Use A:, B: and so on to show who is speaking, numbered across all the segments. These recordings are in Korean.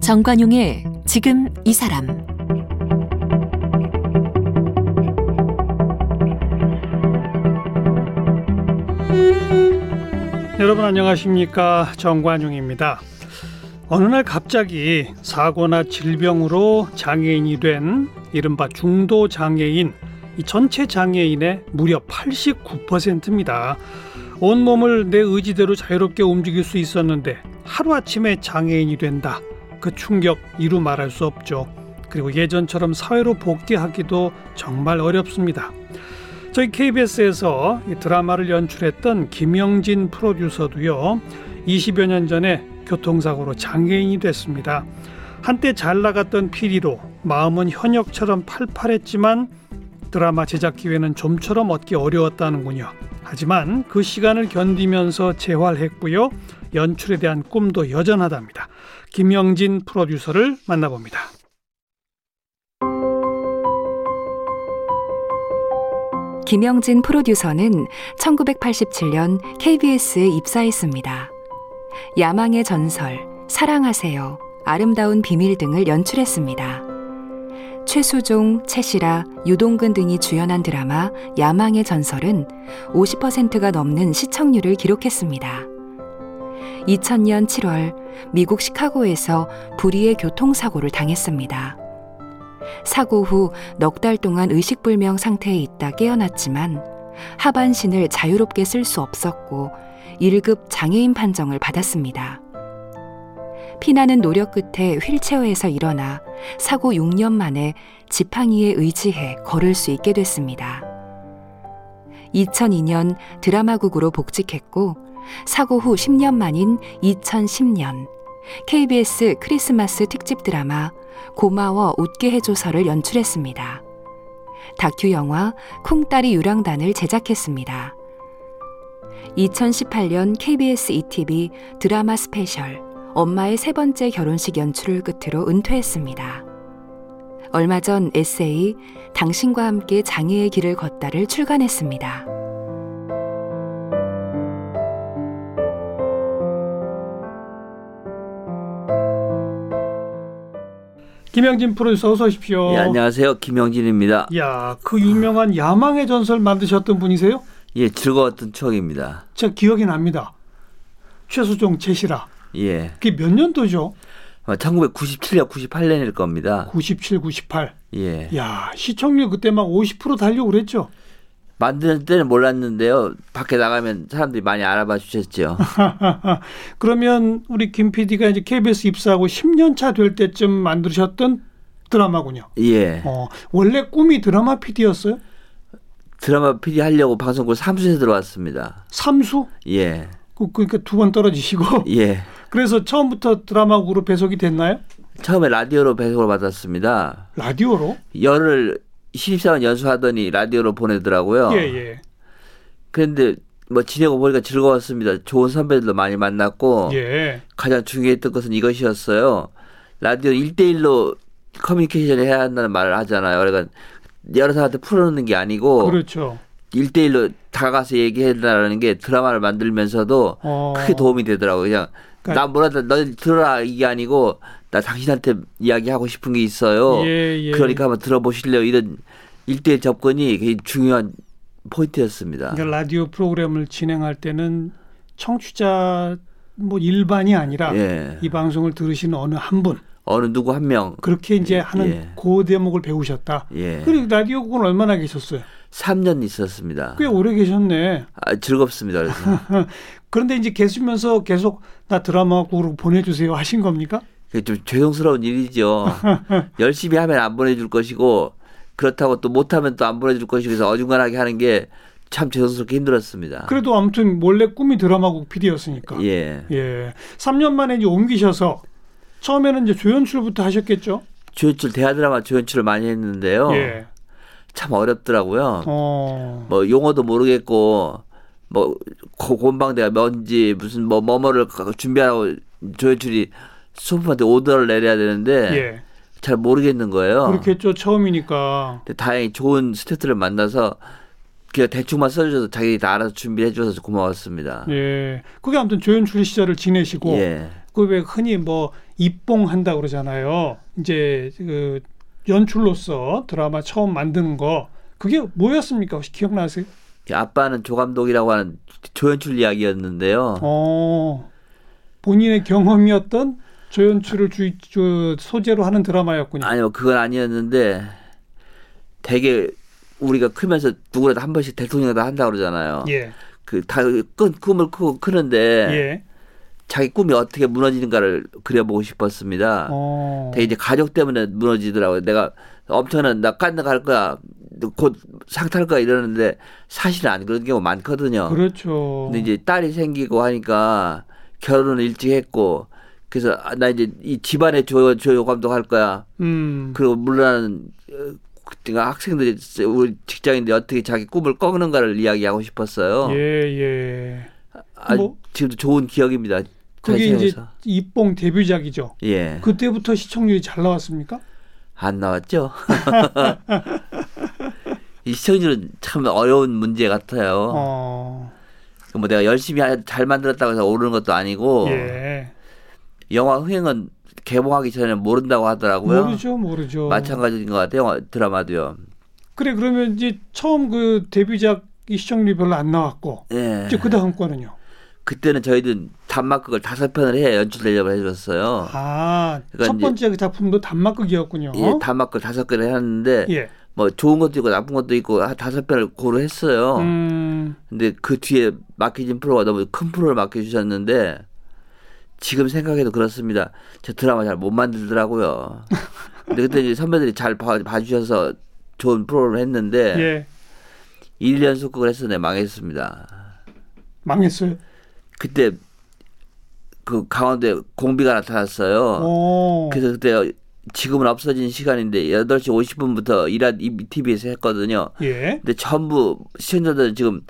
A: 정관용의 지금 이 사람
B: 여러분 안녕하십니까 정관용입니다. 어느 날 갑자기 사고나 질병으로 장애인이 된 이른바 중도 장애인 이 전체 장애인의 무려 89%입니다. 온 몸을 내 의지대로 자유롭게 움직일 수 있었는데 하루아침에 장애인이 된다. 그 충격 이루 말할 수 없죠. 그리고 예전처럼 사회로 복귀하기도 정말 어렵습니다. 저희 KBS에서 이 드라마를 연출했던 김영진 프로듀서도요. 20여 년 전에 교통사고로 장애인이 됐습니다. 한때 잘 나갔던 PD로 마음은 현역처럼 팔팔했지만 드라마 제작 기회는 좀처럼 얻기 어려웠다는군요. 하지만 그 시간을 견디면서 재활했고요. 연출에 대한 꿈도 여전하답니다. 김영진 프로듀서를 만나봅니다.
C: 김영진 프로듀서는 1987년 KBS에 입사했습니다. 야망의 전설, 사랑하세요, 아름다운 비밀 등을 연출했습니다. 최수종, 채시라, 유동근 등이 주연한 드라마 야망의 전설은 50%가 넘는 시청률을 기록했습니다. 2000년 7월 미국 시카고에서 불의의 교통사고를 당했습니다. 사고 후 넉 달 동안 의식불명 상태에 있다 깨어났지만 하반신을 자유롭게 쓸 수 없었고 1급 장애인 판정을 받았습니다. 피나는 노력 끝에 휠체어에서 일어나 사고 6년 만에 지팡이에 의지해 걸을 수 있게 됐습니다. 2002년 드라마국으로 복직했고 사고 후 10년 만인 2010년 KBS 크리스마스 특집 드라마 고마워 웃게 해줘서를 연출했습니다. 다큐 영화 쿵따리 유랑단을 제작했습니다. 2018년 KBS ETV 드라마 스페셜 엄마의 세 번째 결혼식 연출을 끝으로 은퇴했습니다. 얼마 전 에세이 당신과 함께 장애의 길을 걷다를 출간했습니다.
B: 김영진 프로듀서 어서 오십시오.
D: 예, 안녕하세요. 김영진입니다.
B: 야, 그 유명한 야망의 전설 만드셨던 분이세요?
D: 예, 즐거웠던 추억입니다.
B: 제가 기억이 납니다. 최수종 채시라.
D: 예.
B: 그게 몇 년도죠?
D: 아마 1997년, 98년일 겁니다.
B: 97, 98.
D: 예.
B: 야, 시청률 그때 막 50% 달려고 그랬죠?
D: 만드는 때는 몰랐는데요. 밖에 나가면 사람들이 많이 알아봐 주셨죠.
B: 그러면 우리 김 PD가 이제 KBS 입사하고 10년 차 될 때쯤 만드셨던 드라마군요.
D: 예.
B: 어, 원래 꿈이 드라마 PD였어요?
D: 드라마 PD 하려고 방송국 삼수에 들어왔습니다.
B: 삼수?
D: 예.
B: 그, 그러니까 두 번 떨어지시고.
D: 예.
B: 그래서 처음부터 드라마국으로 배속이 됐나요?
D: 처음에 라디오로 배송을 받았습니다.
B: 라디오로?
D: 열흘 신입사원 연수하더니 라디오로 보내더라고요.
B: 예, 예.
D: 그런데 뭐 지내고 보니까 즐거웠습니다. 좋은 선배들도 많이 만났고
B: 예.
D: 가장 중요했던 것은 이것이었어요. 라디오 1대1로 커뮤니케이션을 해야 한다는 말을 하잖아요. 그러니까 여러 사람한테 풀어놓는 게 아니고
B: 그렇죠.
D: 일 1대1로 다가가서 얘기해달라는 게 드라마를 만들면서도
B: 어.
D: 크게 도움이 되더라고요. 그냥
B: 그러니까-
D: 나 뭐라도 너 들어라 이게 아니고 나 당신한테 이야기하고 싶은 게 있어요.
B: 예, 예.
D: 그러니까 한번 들어보실래요? 이런 1대1 접근이 굉장히 중요한 포인트였습니다.
B: 그러니까 라디오 프로그램을 진행할 때는 청취자 뭐 일반이 아니라
D: 예.
B: 이 방송을 들으시는 어느 한 분
D: 어느 누구 한 명.
B: 그렇게 이제
D: 예,
B: 하는
D: 예.
B: 그 대목을 배우셨다.
D: 예.
B: 그리고 라디오국은 얼마나 계셨어요?
D: 3년 있었습니다.
B: 꽤 오래 계셨네.
D: 아, 즐겁습니다. 그래서.
B: 그런데 이제 계시면서 계속 나 드라마국으로 보내주세요 하신 겁니까?
D: 그게 좀 죄송스러운 일이죠. 열심히 하면 안 보내줄 것이고 그렇다고 또 못하면 또 안 보내줄 것이고 그래서 어중간하게 하는 게 참 죄송스럽게 힘들었습니다.
B: 그래도 아무튼 원래 꿈이 드라마국 PD였으니까.
D: 예.
B: 예. 3년 만에 이제 옮기셔서 처음에는 이제 조연출부터 하셨겠죠?
D: 조연출 대하드라마 조연출을 많이 했는데요.
B: 예.
D: 참 어렵더라고요.
B: 어.
D: 뭐 용어도 모르겠고 뭐 고- 곤방대가 뭔지 무슨 뭐 뭐뭐를 준비하라고 조연출이 소프한테 오더를 내려야 되는데
B: 예.
D: 잘 모르겠는 거예요.
B: 그렇겠죠. 처음이니까.
D: 근데 다행히 좋은 스태프들을 만나서 그냥 대충만 써주셔서
B: 네,
D: 자기들이 다 알아서 준비해 주셔서 고마웠습니다.
B: 예. 그게 아무튼 조연출 시절을 지내시고
D: 예.
B: 그왜 흔히 뭐 입봉한다 그러잖아요. 이제 그 연출로서 드라마 처음 만드는 거 그게 뭐였습니까? 혹시 기억나세요?
D: 아빠는 조감독이라고 하는 조연출 이야기였는데요.
B: 어 본인의 경험이었던 조연출을 주, 저, 소재로 하는 드라마였군요.
D: 아니요, 그건 아니었는데 되게 우리가 크면서 누구라도 한 번씩 대통령이다 한다 그러잖아요. 네.
B: 예,
D: 그다끈 꿈을 꾸, 크는데
B: 예.
D: 자기 꿈이 어떻게 무너지는가를 그려보고 싶었습니다.
B: 어,
D: 되게 이제 가족 때문에 무너지더라고요. 내가 엄청난 나 깐다 갈 거야. 곧 상탈 거야 이러는데 사실은 안 그런 경우 많거든요.
B: 그렇죠.
D: 어. 근데 이제 딸이 생기고 하니까 결혼을 일찍 했고 그래서 아, 나 이제 이 집안의 조요 조요 감독할 거야.
B: 음,
D: 그리고 물론 어, 그때가 학생들이 우리 직장인들이 어떻게 자기 꿈을 꺾는가를 이야기하고 싶었어요.
B: 예, 예.
D: 아,
B: 뭐-
D: 지금도 좋은 기억입니다.
B: 그게
D: 다시
B: 이제
D: 생각해서.
B: 입봉 데뷔작이죠.
D: 예.
B: 그때부터 시청률이 잘 나왔습니까?
D: 안 나왔죠? 이 시청률은 참 어려운 문제 같아요.
B: 어,
D: 뭐 내가 열심히 하- 잘 만들었다고 해서 오르는 것도 아니고
B: 예.
D: 영화 흥행은 개봉하기 전에 모른다고 하더라고요.
B: 모르죠, 모르죠.
D: 마찬가지인 것 같아요. 영화- 드라마도요.
B: 그래 그러면 이제 처음 그 데뷔작 이 시청률이 별로 안 나왔고
D: 예.
B: 이제 그 다음 거는요.
D: 그때는 저희들 단막극을 다섯 편을 해 연출 대접을 해줬어요.
B: 아,
D: 그러니까
B: 첫
D: 이제-
B: 번째 그 작품도 단막극이었군요.
D: 예, 단막극 다섯 편을 했는데
B: 어? 예.
D: 뭐 좋은 것도 있고 나쁜 것도 있고 한 다섯 편을 고루 했어요.
B: 음,
D: 근데 그 뒤에 맡겨진 프로가 너무 큰 프로를 맡겨주셨는데 지금 생각해도 그렇습니다. 저 드라마 잘 못 만들더라고요. 근데 그때 이제 선배들이 잘 봐, 봐주셔서 좋은 프로를 했는데
B: 예.
D: 일 1년 그을 했었네 망했습니다.
B: 망했어요.
D: 그때 그 강원도에 공비가 나타났어요.
B: 어.
D: 그래서 그때 지금은 없어진 시간인데 8시 50분부터 일한 TV에서 했거든요.
B: 예.
D: 근데 전부 시청자들 지금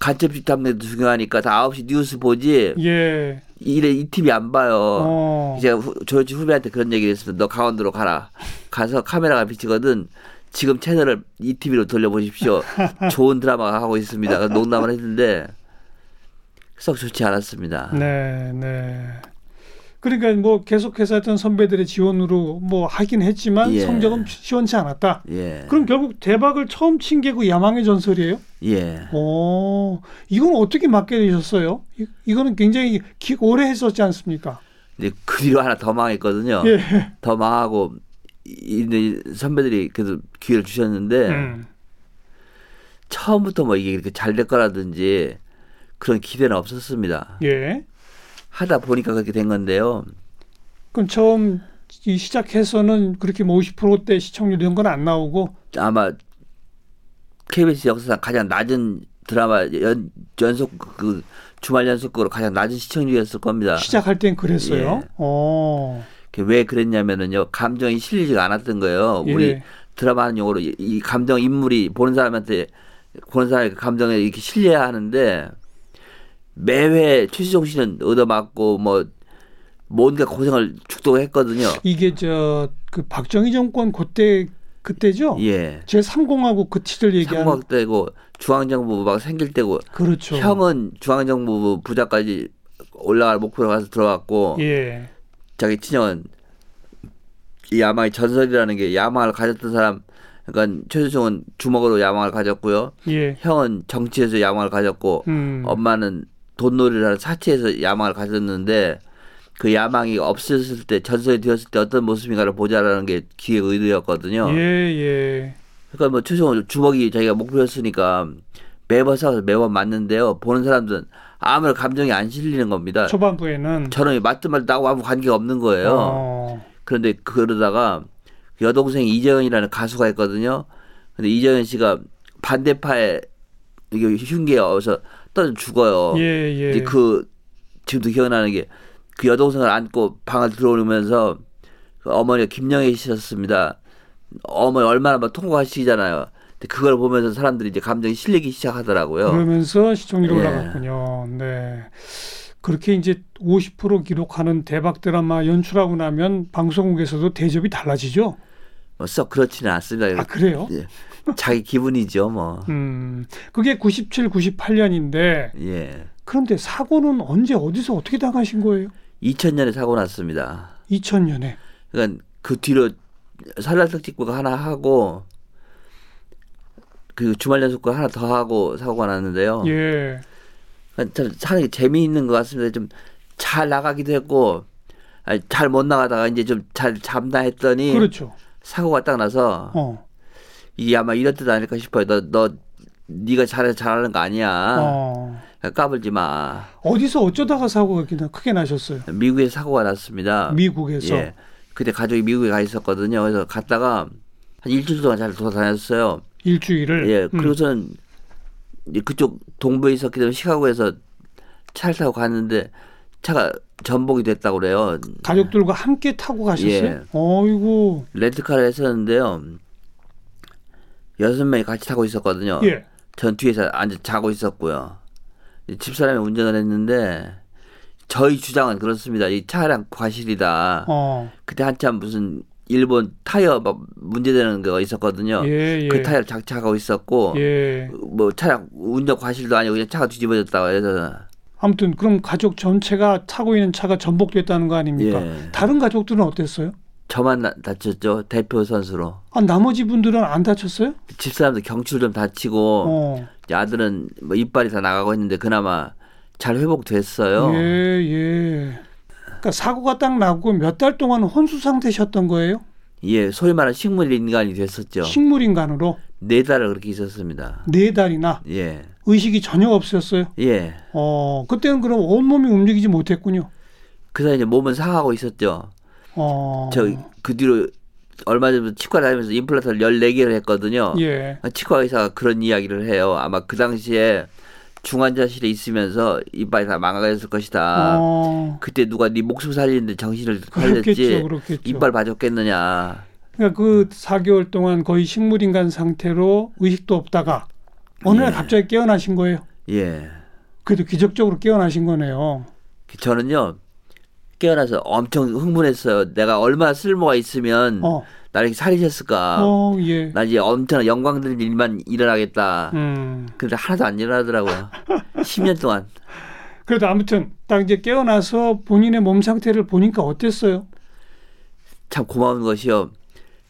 D: 간첩집 탐내도 중요하니까 다 9시 뉴스 보지
B: 예.
D: 이래 이 TV 안 봐요.
B: 어.
D: 제가 후, 조현치 후배한테 그런 얘기를 했습니다. 너 강원도로 가라. 가서 카메라가 비치거든. 지금 채널을 이 TV로 돌려보십시오. 좋은 드라마가 하고 있습니다. 그래서 농담을 했는데 썩 좋지 않았습니다.
B: 네, 네. 그러니까 뭐 계속해서 했던 선배들의 지원으로 뭐 하긴 했지만
D: 예.
B: 성적은 시원치 않았다.
D: 예.
B: 그럼 결국 대박을 처음 친 게 그 야망의 전설이에요?
D: 예.
B: 오, 이건 어떻게 맡게 되셨어요? 이, 이거는 굉장히 기, 오래 했었지 않습니까?
D: 이제 그 뒤로 하나 더 망했거든요.
B: 예.
D: 더 망하고 이- 이 선배들이 그래도 기회를 주셨는데
B: 음.
D: 처음부터 뭐 이게 이렇게 잘 될 거라든지 그런 기대는 없었습니다.
B: 예.
D: 하다 보니까 그렇게 된 건데요.
B: 그럼 처음 이 시작해서는 그렇게 뭐 50%대 시청률 이런 건 안 나오고
D: 아마 KBS 역사상 가장 낮은 드라마 연, 연속 그 주말 연속으로 가장 낮은 시청률이었을 겁니다.
B: 시작할 땐 그랬어요.
D: 아, 예.
B: 어,
D: 그게 왜 그랬냐면은요 감정이 실리지가 않았던 거예요.
B: 예.
D: 우리 드라마 하는 용어로 이- 이 감정 인물이 보는 사람한테 보는 사람의 그 감정에 이렇게 실려야 하는데 매회 최시종 씨는 얻어맞고 뭐 뭔가 고생을 죽도했거든요.
B: 이게 저 그 박정희 정권 그때 그때죠.
D: 예.
B: 제 3공하고 그 시절 어. 얘기하는
D: 삼각 때고 중앙정부 막 생길 때고
B: 그렇죠.
D: 형은 중앙정부 부자까지 올라갈 목표로 가서 들어갔고
B: 예.
D: 자기 친형은 이 야망의 전설이라는 게 야망을 가졌던 사람 그러니까 최수종은 주먹으로 야망을 가졌고요.
B: 예.
D: 형은 정치에서 야망을 가졌고
B: 음.
D: 엄마는 돈놀이를 하는 사치에서 야망을 가졌는데 그 야망이 없었을 때 전설이 되었을 때 어떤 모습인가를 보자라는 게 기획 의도였거든요.
B: 예, 예.
D: 그러니까 뭐 최종은 주먹이 자기가 목표였으니까 매번 싸워서 매번 맞는데요. 보는 사람들은 아무런 감정이 안 실리는 겁니다.
B: 초반부에는
D: 저놈이 맞든 말든 나하고 아무 관계가 없는 거예요.
B: 어.
D: 그런데 그러다가 여동생 이재현이라는 가수가 있거든요. 근데 이재현 씨가 반대파에 이게 흉기에 어서 떨어져 죽어요.
B: 예, 예.
D: 이제 그 지금도 기억나는 게 그 여동생을 안고 방을 들어오면서 그 어머니가 김영애씨였습니다. 어머니 얼마나 막 통곡하시잖아요. 근데 그걸 보면서 사람들이 이제 감정이 실리기
B: 음.
D: 시작하더라고요.
B: 그러면서 시청률이
D: 예.
B: 올라갔군요. 네. 그렇게 이제 50% 기록하는 대박 드라마 연출하고 나면 방송국에서도 대접이 달라지죠.
D: 뭐썩 그렇지는 않습니다.
B: 아 그래요?
D: 자기 기분이죠, 뭐.
B: 음, 그게 97, 98년인데
D: 예.
B: 그런데 사고는 언제 어디서 어떻게 당하신 거예요?
D: 2000년에 사고 났습니다.
B: 2000년에
D: 그러니까 그 뒤로 산란특 직구가 하나 하고 그 주말 연속과 하나 더 하고 사고가 났는데요.
B: 예.
D: 그러니까 참 사는 게 재미있는 것 같습니다. 좀 잘 나가기도 했고 잘 못 나가다가 이제 좀 잘 잡나 했더니
B: 그렇죠.
D: 사고가 딱 나서
B: 어.
D: 이게 아마 이런 뜻 아닐까 싶어요. 너, 너, 네가 잘해, 잘하는 거 아니야. 그러니까
B: 어.
D: 까불지 마.
B: 어디서 어쩌다가 사고가 그냥 크게 나셨어요?
D: 미국에 사고가 났습니다.
B: 미국에서.
D: 예. 그때 가족이 미국에 가 있었거든요. 그래서 갔다가 한 일주일 동안 잘 돌아다녔어요.
B: 일주일을.
D: 예.
B: 음.
D: 그리고서는 이제 그쪽 동부에 있었기 때문에 시카고에서 차를 타고 갔는데 차가 전복이 됐다고 그래요.
B: 가족들과 함께 타고 가셨어요?
D: 예.
B: 어이구.
D: 렌트카를 했었는데요. 여섯 명이 같이 타고 있었거든요.
B: 예.
D: 전 뒤에서 앉아 자고 있었고요. 이 집사람이 운전을 했는데 저희 주장은 그렇습니다. 이 차량 과실이다.
B: 어.
D: 그때 한참 무슨 일본 타이어 막 문제되는 거 있었거든요.
B: 예, 예.
D: 그 타이어 작차하고 있었고
B: 예.
D: 뭐 차량 운전 과실도 아니고 그냥 차가 뒤집어졌다고 해서
B: 아무튼 그럼 가족 전체가 타고 있는 차가 전복됐다는 거 아닙니까?
D: 예.
B: 다른 가족들은 어땠어요?
D: 저만 나- 다쳤죠 대표 선수로
B: 아, 나머지 분들은 안 다쳤어요?
D: 집사람도 경추를 좀 다치고
B: 어.
D: 이제 아들은 뭐 이빨이 다 나가고 했는데 그나마 잘 회복됐어요.
B: 예, 예. 그러니까 사고가 딱 나고 몇 달 동안 혼수 상태셨던 거예요?
D: 예, 소위 말하는 식물 인간이 됐었죠.
B: 식물 인간으로
D: 네 달을 그렇게 있었습니다.
B: 네 달이나
D: 예.
B: 의식이 전혀 없었어요.
D: 예.
B: 어, 그때는 그럼 온몸이 움직이지 못했군요.
D: 그 사이 이제 몸은 상하고 있었죠.
B: 어.
D: 저 그 뒤로 얼마 전부터 치과 다니면서 임플란트를 14개를 했거든요.
B: 예.
D: 치과 의사가 그런 이야기를 해요. 아마 그 당시에 중환자실에 있으면서 이빨이 다 망가졌을 것이다.
B: 어.
D: 그때 누가 네 목숨 살리는데 정신을
B: 그렇겠죠.
D: 살렸지
B: 그렇겠죠.
D: 이빨 봐줬겠느냐.
B: 그러니까 그 4개월 동안 거의 식물 인간 상태로 의식도 없다가 어느 날
D: 예.
B: 갑자기 깨어나신 거예요.
D: 예.
B: 그래도 기적적으로 깨어나신 거네요.
D: 그 저는요. 깨어나서 엄청 흥분했어요. 내가 얼마나 쓸모가 있으면
B: 어.
D: 나를 이렇게 살리셨을까.
B: 어, 예.
D: 나 이제 엄청난 영광들 일만 일어나겠다.
B: 음.
D: 근데 하나도 안 일어나더라고요. 10년 동안.
B: 그래도 아무튼 딱 이제 깨어나서 본인의 몸 상태를 보니까 어땠어요?
D: 참 고마운 것이요.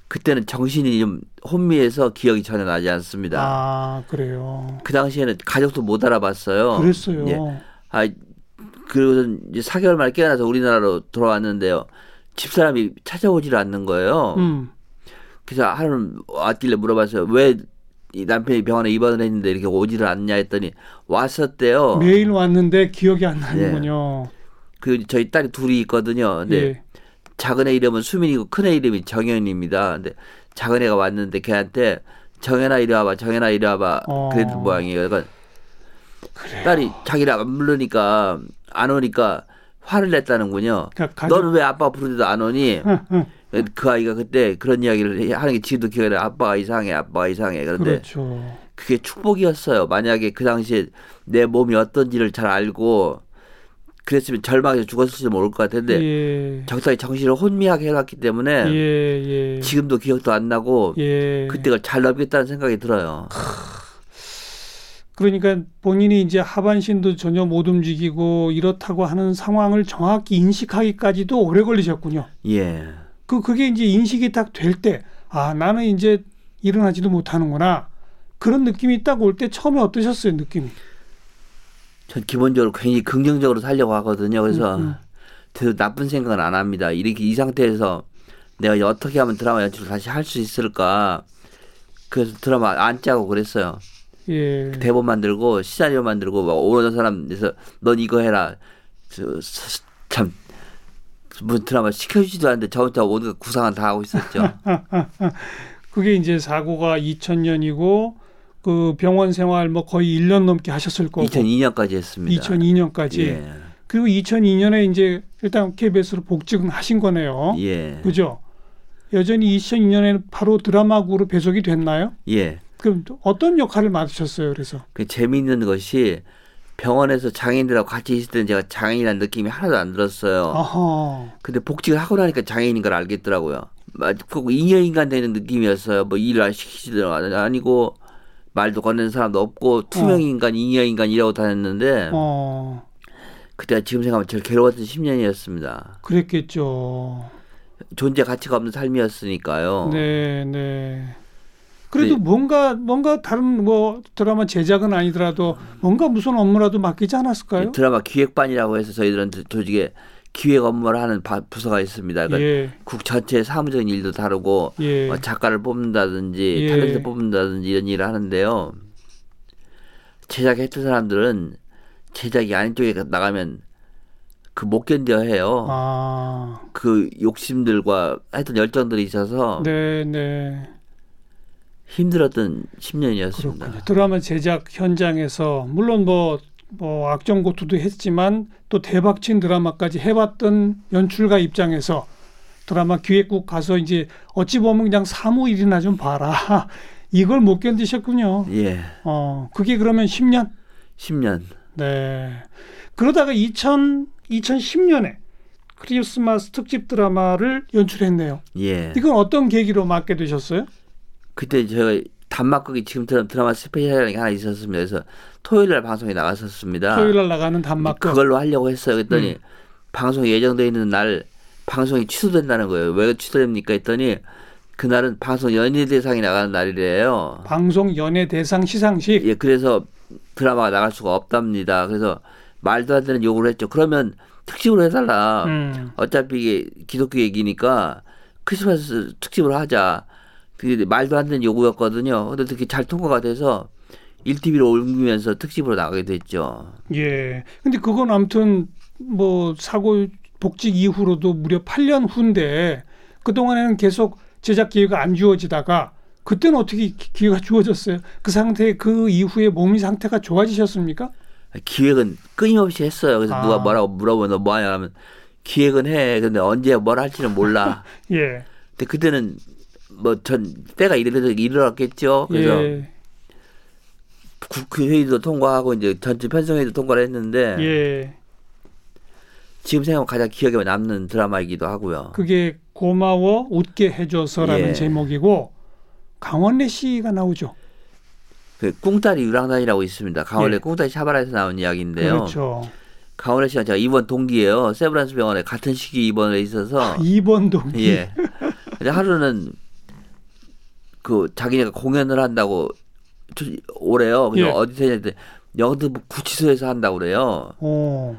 D: 그때는 정신이 좀 혼미해서 기억이 전혀 나지 않습니다.
B: 아 그래요.
D: 그 당시에는 가족도 못 알아봤어요.
B: 그랬어요.
D: 예. 아, 그리고서 이제 4개월 만에 깨어나서 우리나라로 돌아왔는데요. 집사람이 찾아오질 않는 거예요.
B: 음.
D: 그래서 하루는 왔길래 물어봤어요. 왜이 남편이 병원에 입원을 했는데 이렇게 오지를 않냐 했더니 왔었대요.
B: 매일 왔는데 기억이 안 나는군요.
D: 그 저희 딸이 둘이 있거든요. 근데
B: 예.
D: 작은 애 이름은 수민이고 큰 애 이름이 정현입니다. 근데 작은 애가 왔는데 걔한테 정현아 이리 와봐, 정현아 이리 와봐.
B: 어.
D: 그랬 모양이에요. 그러니까
B: 그래요.
D: 딸이 자기를 안 부르니까 안 오니까 화를 냈다는군요.
B: 그러니까
D: 너는 왜 아빠 부르는데도 안 오니?
B: 응, 응.
D: 그 아이가 그때 그런 이야기를 하는 게 지금도 기억이 나요. 아빠가 이상해, 아빠가 이상해. 그런데
B: 그렇죠.
D: 그게 축복이었어요. 만약에 그 당시에 내 몸이 어떤지를 잘 알고 그랬으면 절망해서 죽었을지도 모를 것 같은데
B: 예.
D: 적당히 정신을 혼미하게 해놨기 때문에
B: 예, 예.
D: 지금도 네. 기억도 안 나고
B: 예.
D: 그때가 잘 넘겼다는 생각이 들어요.
B: 그러니까 본인이 이제 하반신도 전혀 못 움직이고 이렇다고 하는 상황을 정확히 인식하기까지도 오래 걸리셨군요.
D: 예.
B: 그 그게 이제 인식이 딱 될 때, 아 나는 이제 일어나지도 못하는구나 그런 느낌이 딱 올 때 처음에 어떠셨어요 느낌이?
D: 전 기본적으로 굉장히 긍정적으로 살려고 하거든요. 그래서
B: 음, 음.
D: 더 나쁜 생각은 안 합니다. 이렇게 이 상태에서 내가 이제 어떻게 하면 드라마 연출을 다시 할 수 있을까. 그래서 드라마 안 짜고 그랬어요.
B: 예.
D: 대본 만들고 시나리오 만들고 막 오는 사람에서 넌 이거 해라. 저, 서- 참. 무슨 드라마 시켜주지도 않는데 저부터 오늘 구상은 다 하고 있었죠.
B: 그게 이제 사고가 2000년이고 그 병원 생활 뭐 거의 1년 넘게 하셨을 거고
D: 2002년까지 했습니다.
B: 2002년 까지
D: 예.
B: 그리고 2002년에 이제 일단 KBS로 복직은 하신 거네요.
D: 예.
B: 그죠? 여전히 2002년에 바로 드라마국으로 배속이 됐나요?
D: 예.
B: 그럼 또 어떤 역할을 맡으셨어요? 그래서
D: 그 재미있는 것이 병원에서 장애인들하고 같이 있을 때는 제가 장애인이라는 느낌이 하나도 안 들었어요.
B: 아하
D: 근데 복직을 하고 나니까 장애인인 걸 알겠더라고요. 마치 꼭 인여인간 되는 느낌이었어요. 뭐 일을 시키지도 아니고 네. 말도 건네는 사람도 없고 투명 인간, 인여인간이라고 다녔는데
B: 어
D: 그때가 지금 생각하면 제일 괴로웠던 10년이었습니다.
B: 그랬겠죠.
D: 존재 가치가 없는 삶이었으니까요.
B: 네, 네. 그래도
D: 어. 네.
B: 뭔가 뭔가 다른 뭐 드라마 제작은 아니더라도 뭔가 무슨 업무라도 맡기지 않았을까요?
D: 드라마 기획반이라고 해서 저희들은 조직에 기획 업무를 하는 바- 부서가 있습니다. 그러니까
B: 예,
D: 국 전체의 사무적인 일도 다루고
B: 예,
D: 뭐 작가를 뽑는다든지
B: 예.
D: 탤런트 뽑는다든지 이런 일을 하는데요. 제작했던 사람들은 제작이 아닌 쪽에 나가면 그 못 견뎌 해요.
B: 아,
D: 그 욕심들과 하여튼 열정들이 있어서
B: 네, 네,
D: 힘들었던 10년이었습니다.
B: 그렇군요. 드라마 제작 현장에서 물론 뭐. 뭐 악정 고투도 했지만 또 대박친 드라마까지 해봤던 연출가 입장에서 드라마 기획국 가서 이제 어찌 보면 그냥 사무 일이나 좀 봐라 이걸 못 견디셨군요.
D: 예.
B: 어 그게 그러면 10년
D: 10년.
B: 네. 그러다가 2000, 2010년에 크리스마스 특집 드라마를 연출했네요.
D: 예.
B: 이건 어떤 계기로 맡게 되셨어요?
D: 그때 제가 단막극이 지금처럼 드라마 스페셜이라는 게 하나 있었습니다. 그래서 토요일 날 방송에 나갔었습니다.
B: 토요일 날 나가는 단막극. 음.
D: 그걸로 하려고 했어요. 그랬더니 방송이 예정돼 있는 날 방송이 취소된다는 거예요. 왜 취소됩니까? 했더니 그날은 방송 연예 대상이 나가는 날이래요.
B: 방송 연예 대상 시상식.
D: 예, 그래서 드라마가 나갈 수가 없답니다. 그래서 말도 안 되는 요구를 했죠. 그러면 특집으로 해달라.
B: 음.
D: 어차피 이게 기독교 얘기니까 크리스마스 특집으로 하자. 그게 말도 안 되는 요구였거든요. 근데 되게 잘 통과가 돼서 1TV로 옮기면서 특집으로 나가게 됐죠.
B: 예. 근데 그건 아무튼 뭐 사고 복직 이후로도 무려 8년 후인데 그동안에는 계속 제작 기회가 안 주어지다가 그때는 어떻게 기- 기회가 주어졌어요? 그 상태 그 이후에 몸이 상태가 좋아지셨습니까?
D: 기획은 끊임없이 했어요. 그래서
B: 아.
D: 누가 뭐라고 물어보면 너 뭐하냐 하면 기획은 해. 근데 언제 뭘 할지는 몰라.
B: 예.
D: 근데 그때는 뭐 전 때가 이래서 이르렀겠죠. 그래서
B: 예.
D: 국회의도 통과하고 이제 전체 편성회의도 통과를 했는데
B: 예.
D: 지금 생각하면 가장 기억에 남는 드라마이기도 하고요.
B: 그게 고마워 웃게 해줘서라는
D: 예.
B: 제목이고 강원래 씨가 나오죠.
D: 그 꿍따리 유랑단이라고 있습니다. 강원래
B: 예.
D: 꿍따리 샤바라에서 나온 이야기인데요.
B: 그렇죠.
D: 강원래 씨랑 제가 입원 동기예요. 세브란스 병원에 같은 시기 입원을 있어서
B: 이번 동기.
D: 예. 근데 하루는 그 자기네가 공연을 한다고 저- 오래요. 그래서
B: 예.
D: 어디서 했는데 영등포 뭐 구치소에서 한다고 그래요.
B: 오,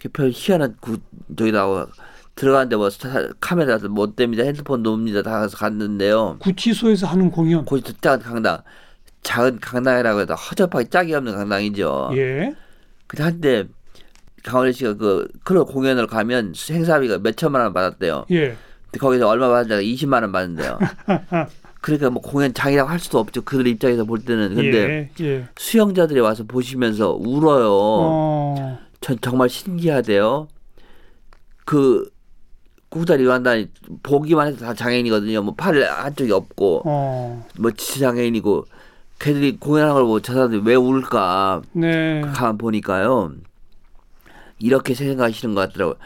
D: 그별 희한한 구 저기 나와 들어가는데 뭐 사- 카메라 못 됩니다. 핸드폰 놓습니다. 다 가서 갔는데요.
B: 구치소에서 하는 공연.
D: 거기 또 작은 강당 작은 강당이라고 해서 허접하게 짝이 없는 강당이죠.
B: 예.
D: 근데 한때 강원래 씨가 그 클럽 공연을 가면 행사비가 몇 천만 원 받았대요.
B: 예.
D: 근데 거기서 얼마 받았냐고 20만 원 받는데요. 그러니까 뭐 공연 장이라고 할 수도 없죠. 그들 입장에서 볼 때는. 근데
B: 예. 예.
D: 수영자들이 와서 보시면서 울어요.
B: 어.
D: 전 정말 신기하대요. 그 구다리 요한단이 보기만 해도 다 장애인이거든요. 뭐 팔 한쪽이 없고
B: 어.
D: 뭐 지장애인이고 걔들이 공연하는 걸 보고 저 사람들이 왜 울까
B: 네.
D: 가만 보니까요. 이렇게 생각하시는 것 같더라고요.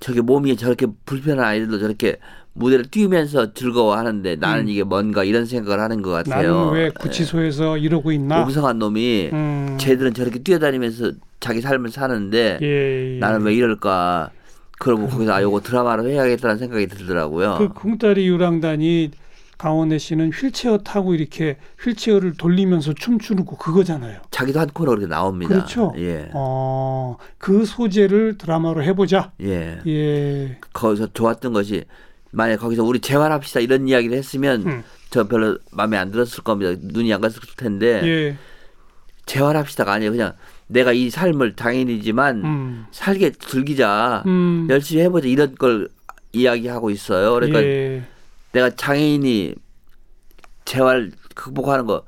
D: 저게 몸이 저렇게 불편한 아이들도 저렇게 무대를 뛰면서 즐거워하는데 나는 이게 뭔가 이런 생각을 하는 것 같아요.
B: 음.
D: 네.
B: 나는 왜 구치소에서 이러고 있나?
D: 옹성한 놈이
B: 음.
D: 쟤들은 저렇게 뛰어다니면서 자기 삶을 사는데
B: 예. 예.
D: 나는 왜 이럴까. 그러고 거기서 아 요거 드라마로 해야겠다는 생각이 들더라고요.
B: 그 쿵따리 유랑단이 강원래 씨는 휠체어 타고 이렇게 휠체어를 돌리면서 춤추는 거 그거잖아요.
D: 자기도 한 코너 그렇게 나옵니다.
B: 그렇죠.
D: 예.
B: 어, 그 소재를 드라마로 해보자.
D: 예.
B: 예.
D: 거기서 좋았던 것이 만약 거기서 우리 재활합시다 이런 이야기를 했으면
B: 음.
D: 저 별로 마음에 안 들었을 겁니다. 눈이 안 갔을 텐데
B: 예.
D: 재활합시다가 아니에요. 그냥 내가 이 삶을 장인이지만
B: 음.
D: 살게 즐기자
B: 음.
D: 열심히 해보자 이런 걸 이야기하고 있어요. 그러니까
B: 예.
D: 내가 장애인이 재활 극복하는 거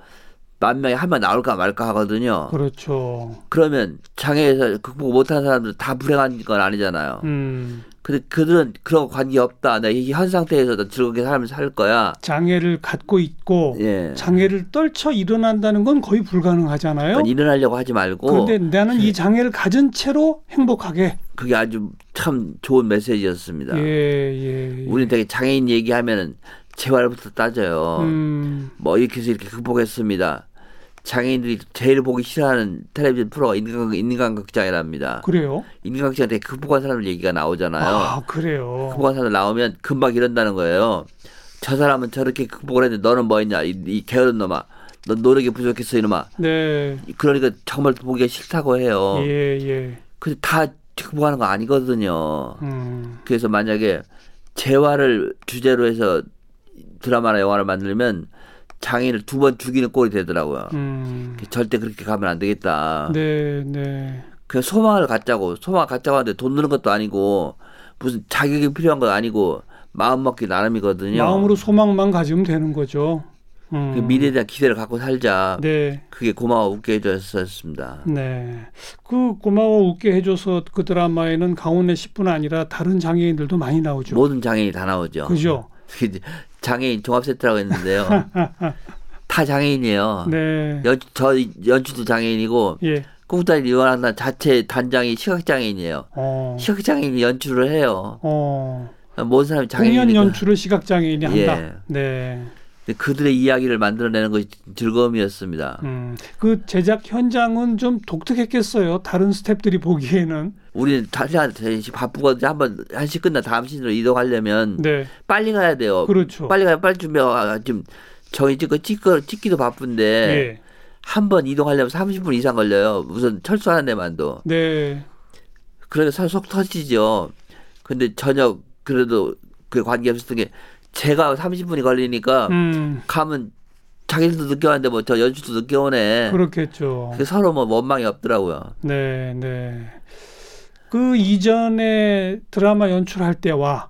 D: 만 명에 한 명 나올까 말까 하거든요.
B: 그렇죠.
D: 그러면 장애에서 극복 못하는 사람들 다 불행한 건 아니잖아요.
B: 음.
D: 근데 그들은 그런 거 관계 없다. 내가 이 현 상태에서 나 즐겁게 삶을 살 거야.
B: 장애를 갖고 있고
D: 예.
B: 장애를 떨쳐 일어난다는 건 거의 불가능하잖아요.
D: 그러니까 일어나려고 하지 말고 예.
B: 그런데 나는 이 장애를 가진 채로 행복하게.
D: 그게 아주 참 좋은 메시지였습니다.
B: 예, 예. 예.
D: 우리는 되게 장애인 얘기하면은 재활부터 따져요.
B: 음.
D: 뭐 이렇게 해서 이렇게 극복했습니다. 장애인들이 제일 보기 싫어하는 텔레비전 프로가 인간, 인간극장이랍니다.
B: 그래요?
D: 인간극장 되게 극복한 사람들 얘기가 나오잖아요.
B: 아 그래요.
D: 극복한 사람 나오면 금방 이런다는 거예요. 저 사람은 저렇게 극복을 했는데 너는 뭐 했냐? 이, 이 게으른 놈아. 너 노력이 부족했어 이놈아.
B: 네.
D: 그러니까 정말 보기가 싫다고 해요.
B: 예 예.
D: 근데 다 극복하는 거 아니거든요.
B: 음.
D: 그래서 만약에 재화를 주제로 해서 드라마나 영화를 만들면 장애인을 두 번 죽이는 꼴이 되더라고요.
B: 음.
D: 절대 그렇게 가면 안 되겠다.
B: 네 네.
D: 그냥 소망을 갖자고 소망 갖자고 하는데 돈 드는 것도 아니고 무슨 자격이 필요한 건 아니고 마음 먹기 나름이거든요.
B: 마음으로 소망만 가지면 되는 거죠. 음.
D: 그 미래에 대한 기대를 갖고 살자.
B: 네.
D: 그게 고마워 웃게 해줬었습니다.
B: 네. 그 고마워 웃게 해줘서 그 드라마에는 강원래 씨뿐 아니라 다른 장애인들도 많이 나오죠.
D: 모든 장애인이 다 나오죠.
B: 그렇죠. 그죠?
D: 이제 장애인 종합세트라고 했는데요. 다 장애인이에요.
B: 네.
D: 연, 저 연출도 장애인이고
B: 예.
D: 꿈꾸다니 리원한다 자체 단장이 시각장애인이에요.
B: 어.
D: 시각장애인이 연출을 해요.
B: 어.
D: 모든 사람이
B: 공연
D: 장애인이니까.
B: 연출을 시각 장애인이 한다.
D: 예.
B: 네.
D: 근데 그들의 이야기를 만들어내는 것이 즐거움이었습니다.
B: 음. 그 제작 현장은 좀 독특했겠어요. 다른 스탭들이 보기에는.
D: 우리는 다시 한- 다시 바쁘거든요. 한번 한시 끝나 다음 시즌으로 이동하려면
B: 네.
D: 빨리 가야 돼요.
B: 그렇죠.
D: 어, 빨리 가야 빨리 준비하고 지금 저희 찍고 찍고 찍기도 바쁜데
B: 예.
D: 한 번 이동하려면 30분 이상 걸려요. 무슨 철수하는 데만도.
B: 네.
D: 그래서 사실 속 터지죠. 근데 전혀 그래도 그 관계 없었던 게 제가 30분이 걸리니까
B: 음.
D: 가면 자기들도 늦게 왔는데 뭐 저 연출도 늦게 오네.
B: 그렇겠죠.
D: 그래서 서로 뭐 원망이 없더라고요.
B: 네, 네. 그 이전에 드라마 연출할 때와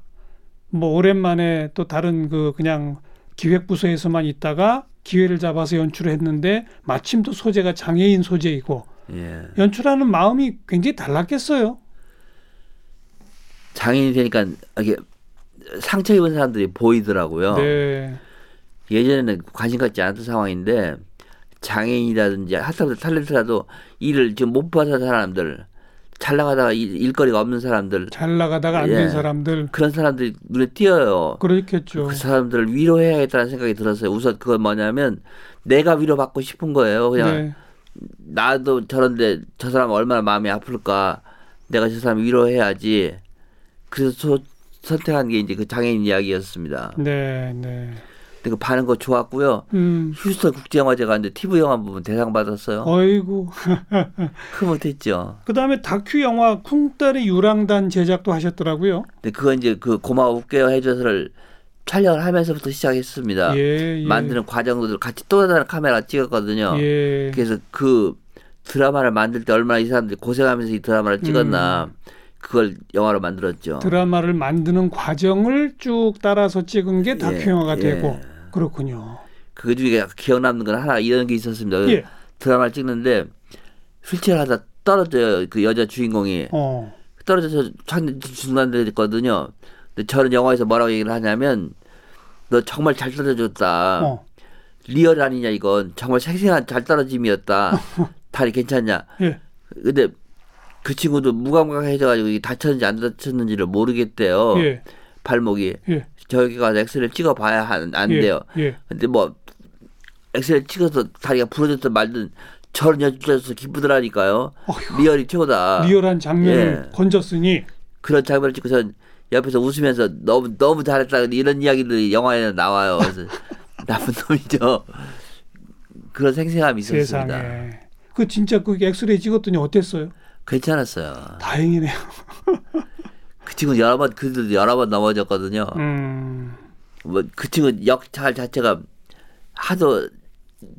B: 뭐 오랜만에 또 다른 그 그냥 기획부서에서만 있다가 기회를 잡아서 연출을 했는데 마침 또 소재가 장애인 소재이고
D: 예.
B: 연출하는 마음이 굉장히 달랐겠어요.
D: 장애인이 되니까 이게 상처 입은 사람들이 보이더라고요.
B: 네.
D: 예전에는 관심 갖지 않았던 상황인데 장애인이라든지 하다못해 탤런트라도 일을 지금 못 받은 사람들 잘 나가다가 일- 일거리가 없는 사람들
B: 잘 나가다가 안 된
D: 예.
B: 사람들
D: 그런 사람들이 눈에 띄어요.
B: 그렇겠죠.
D: 그 사람들을 위로해야겠다는 생각이 들었어요. 우선 그건 뭐냐면 내가 위로받고 싶은 거예요. 그냥
B: 네.
D: 나도 저런데 저 사람 얼마나 마음이 아플까. 내가 저 사람 위로해야지. 그래서 소- 선택한 게 이제 그 장애인 이야기였습니다.
B: 네, 네.
D: 근데 그 반응 거 좋았고요.
B: 음.
D: 휴스턴 국제영화제 갔는데 TV 영화 부분 대상 받았어요.
B: 어이구.
D: 그 못했죠.
B: 그다음에 다큐 영화 쿵따리 유랑단 제작도 하셨더라고요.
D: 근데 그건 이제 그 고마워 웃게요 해줘서를 촬영을 하면서부터 시작했습니다.
B: 예, 예.
D: 만드는 과정도 같이 또 다른 카메라 찍었거든요.
B: 예.
D: 그래서 그 드라마를 만들 때 얼마나 이 사람들이 고생하면서 이 드라마를 찍었나 그걸 영화로 만들었죠.
B: 음. 드라마를 만드는 과정을 쭉 따라서 찍은 게 다큐 영화가
D: 예.
B: 되고 그렇군요.
D: 그 중에 기억 남는 건 하나 이런 게 있었습니다.
B: 예.
D: 드라마를 찍는데 휠체어를 하다 떨어져요. 그 여자 주인공이
B: 어.
D: 떨어져서 참 중단됐거든요. 근데 저는 영화에서 뭐라고 얘기를 하냐면 너 정말 잘 떨어졌다.
B: 어.
D: 리얼 아니냐 이건 정말 생생한 잘 떨어짐이었다. 다리 괜찮냐?
B: 예.
D: 근데 그 친구도 무감각해져가지고 이게 다쳤는지 안 다쳤는지를 모르겠대요.
B: 예.
D: 발목이
B: 예.
D: 저기 가서 엑스레이 찍어봐야 안, 안
B: 예.
D: 돼요.
B: 예.
D: 근데 뭐 엑스레이 찍어서 다리가 부러졌든 말든 저런 연출에서 기쁘더라니까요.
B: 어휴,
D: 리얼이 최고다.
B: 리얼한 장면을
D: 아, 예.
B: 건졌으니
D: 그런 장면을 찍고서 옆에서 웃으면서 너무 너무 잘했다 이런 이야기들이 영화에 나와요. 그래서 나쁜 놈이죠. 그런 생생함이 있었습니다.
B: 세상에. 그 진짜 그 엑스레이 찍었더니 어땠어요?
D: 괜찮았어요.
B: 다행이네요.
D: 그 친구 여러 번 그들도 여러 번 넘어졌거든요.
B: 음.
D: 뭐 그 친구 역할 자체가 하도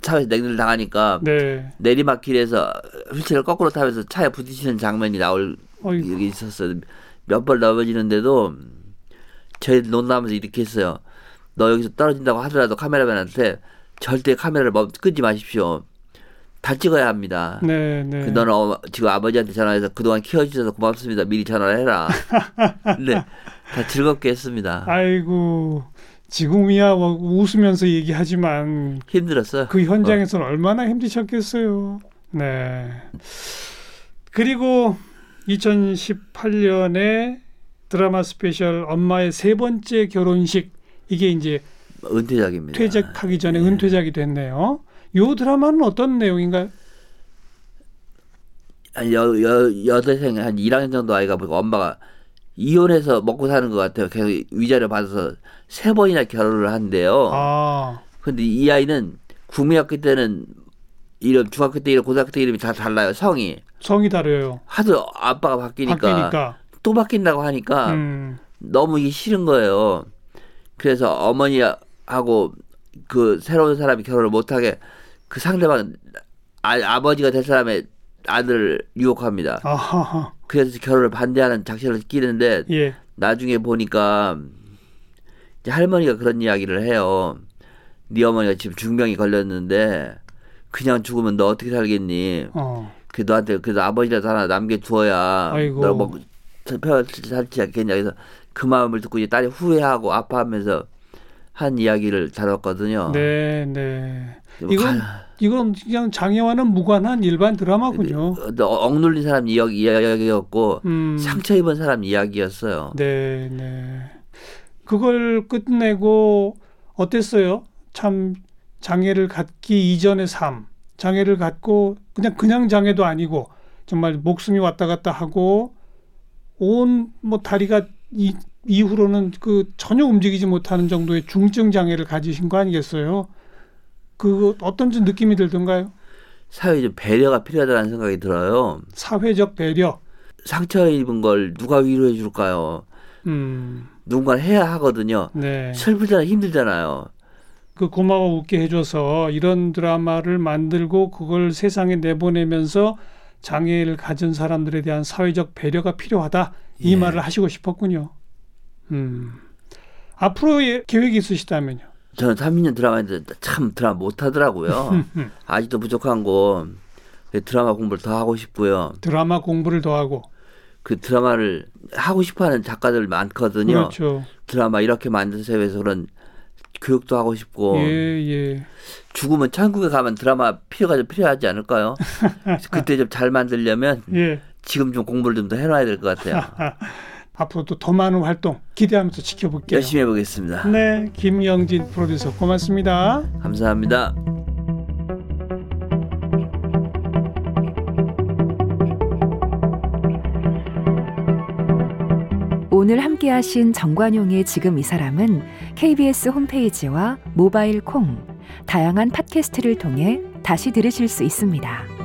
D: 차에서 냉전 당하니까
B: 네.
D: 내리막길에서 휠체어를 거꾸로 타면서 차에 부딪히는 장면이 나올
B: 어이.
D: 일이 있었어요. 몇 번 넘어지는데도 저희 논다면서 이렇게 했어요. 너 여기서 떨어진다고 하더라도 카메라맨한테 절대 카메라를 멈 끄지 마십시오. 다 찍어야 합니다.
B: 네, 네.
D: 그 너는 어- 지금 아버지한테 전화해서 그동안 키워주셔서 고맙습니다. 미리 전화를 해라. 근데 다 즐겁게 했습니다.
B: 아이고. 지금이야 뭐 웃으면서 얘기하지만
D: 힘들었어요.
B: 그 현장에서는 얼마나 힘드셨겠어요. 네. 그리고 2018년에 드라마 스페셜 엄마의 세 번째 결혼식 이게 이제
D: 은퇴작입니다. 예.
B: 퇴직하기 전에 은퇴작이 됐네요. 요 드라마는 어떤 내용인가요?
D: 한 여, 여, 여대생 한 1학년 정도 아이가 보니까 엄마가 이혼해서 먹고 사는 것 같아요. 계속 위자료 받아서 세 번이나 결혼을 한대요.
B: 아,
D: 근데 이 아이는 국민학교 때는 이름, 중학교 때 이름, 고등학교 때 이름이 다 달라요. 성이.
B: 성이 다르요.
D: 하도 아빠가 바뀌니까, 아.
B: 바뀌니까.
D: 또 바뀐다고 하니까
B: 음,
D: 너무 이게 싫은 거예요. 그래서 어머니하고 그 새로운 사람이 결혼을 못하게 그 상대방 아, 아버지가 될 사람의 아들을 유혹합니다.
B: 아하하.
D: 그래서 결혼을 반대하는 작전을 끼는데
B: 예.
D: 나중에 보니까 이제 할머니가 그런 이야기를 해요. 네 어머니가 지금 중병이 걸렸는데 그냥 죽으면 너 어떻게 살겠니?
B: 어.
D: 그 너한테 그래서 아버지라도 하나 남겨두어야
B: 아이고.
D: 너뭐 먹고 살지 않겠냐 그래서 그 마음을 듣고 이제 딸이 후회하고 아파하면서 한 이야기를 다뤘거든요.
B: 네, 네.
D: 뭐
B: 이건
D: 가-
B: 이건 그냥 장애와는 무관한 일반 드라마군요.
D: 어, 억눌린 사람 이야기, 이야기였고
B: 음.
D: 상처 입은 사람 이야기였어요.
B: 네, 네. 그걸 끝내고 어땠어요? 참 장애를 갖기 이전의 삶, 장애를 갖고 그냥 그냥 장애도 아니고 정말 목숨이 왔다 갔다 하고 온 뭐 다리가 이, 이후로는 그 전혀 움직이지 못하는 정도의 중증 장애를 가지신 거 아니겠어요? 그 어떤 좀 느낌이 들던가요?
D: 사회에 좀 배려가 필요하다는 생각이 들어요.
B: 사회적 배려.
D: 상처 입은 걸 누가 위로해 줄까요?
B: 음,
D: 누군가 해야 하거든요.
B: 네.
D: 슬프잖아, 힘들잖아요.
B: 그 고마워 웃게 해줘서 이런 드라마를 만들고 그걸 세상에 내보내면서 장애를 가진 사람들에 대한 사회적 배려가 필요하다 이
D: 예.
B: 말을 하시고 싶었군요. 음. 앞으로의 예, 계획이 있으시다면요.
D: 저는 30년 드라마인데 참 드라마 못하더라고요.
B: 음,
D: 아직도 부족한 거 드라마 공부를 더 하고 싶고요.
B: 드라마 공부를 더하고
D: 그 드라마를 하고 싶어하는 작가들 많거든요.
B: 그렇죠.
D: 드라마 이렇게 만드세요 해서 그런 교육도 하고 싶고
B: 예 예.
D: 죽으면 천국에 가면 드라마 필요가 좀 필요하지 않을까요? 그래서 그때 좀 잘 만들려면
B: 예.
D: 지금 좀 공부를 좀 더 해놔야 될 것 같아요.
B: 앞으로도 더 많은 활동 기대하면서 지켜볼게요.
D: 열심히 해보겠습니다.
B: 네, 김영진 프로듀서 고맙습니다.
D: 감사합니다.
C: 오늘 함께하신 정관용의 지금 이 사람은 KBS 홈페이지와 모바일 콩, 다양한 팟캐스트를 통해 다시 들으실 수 있습니다.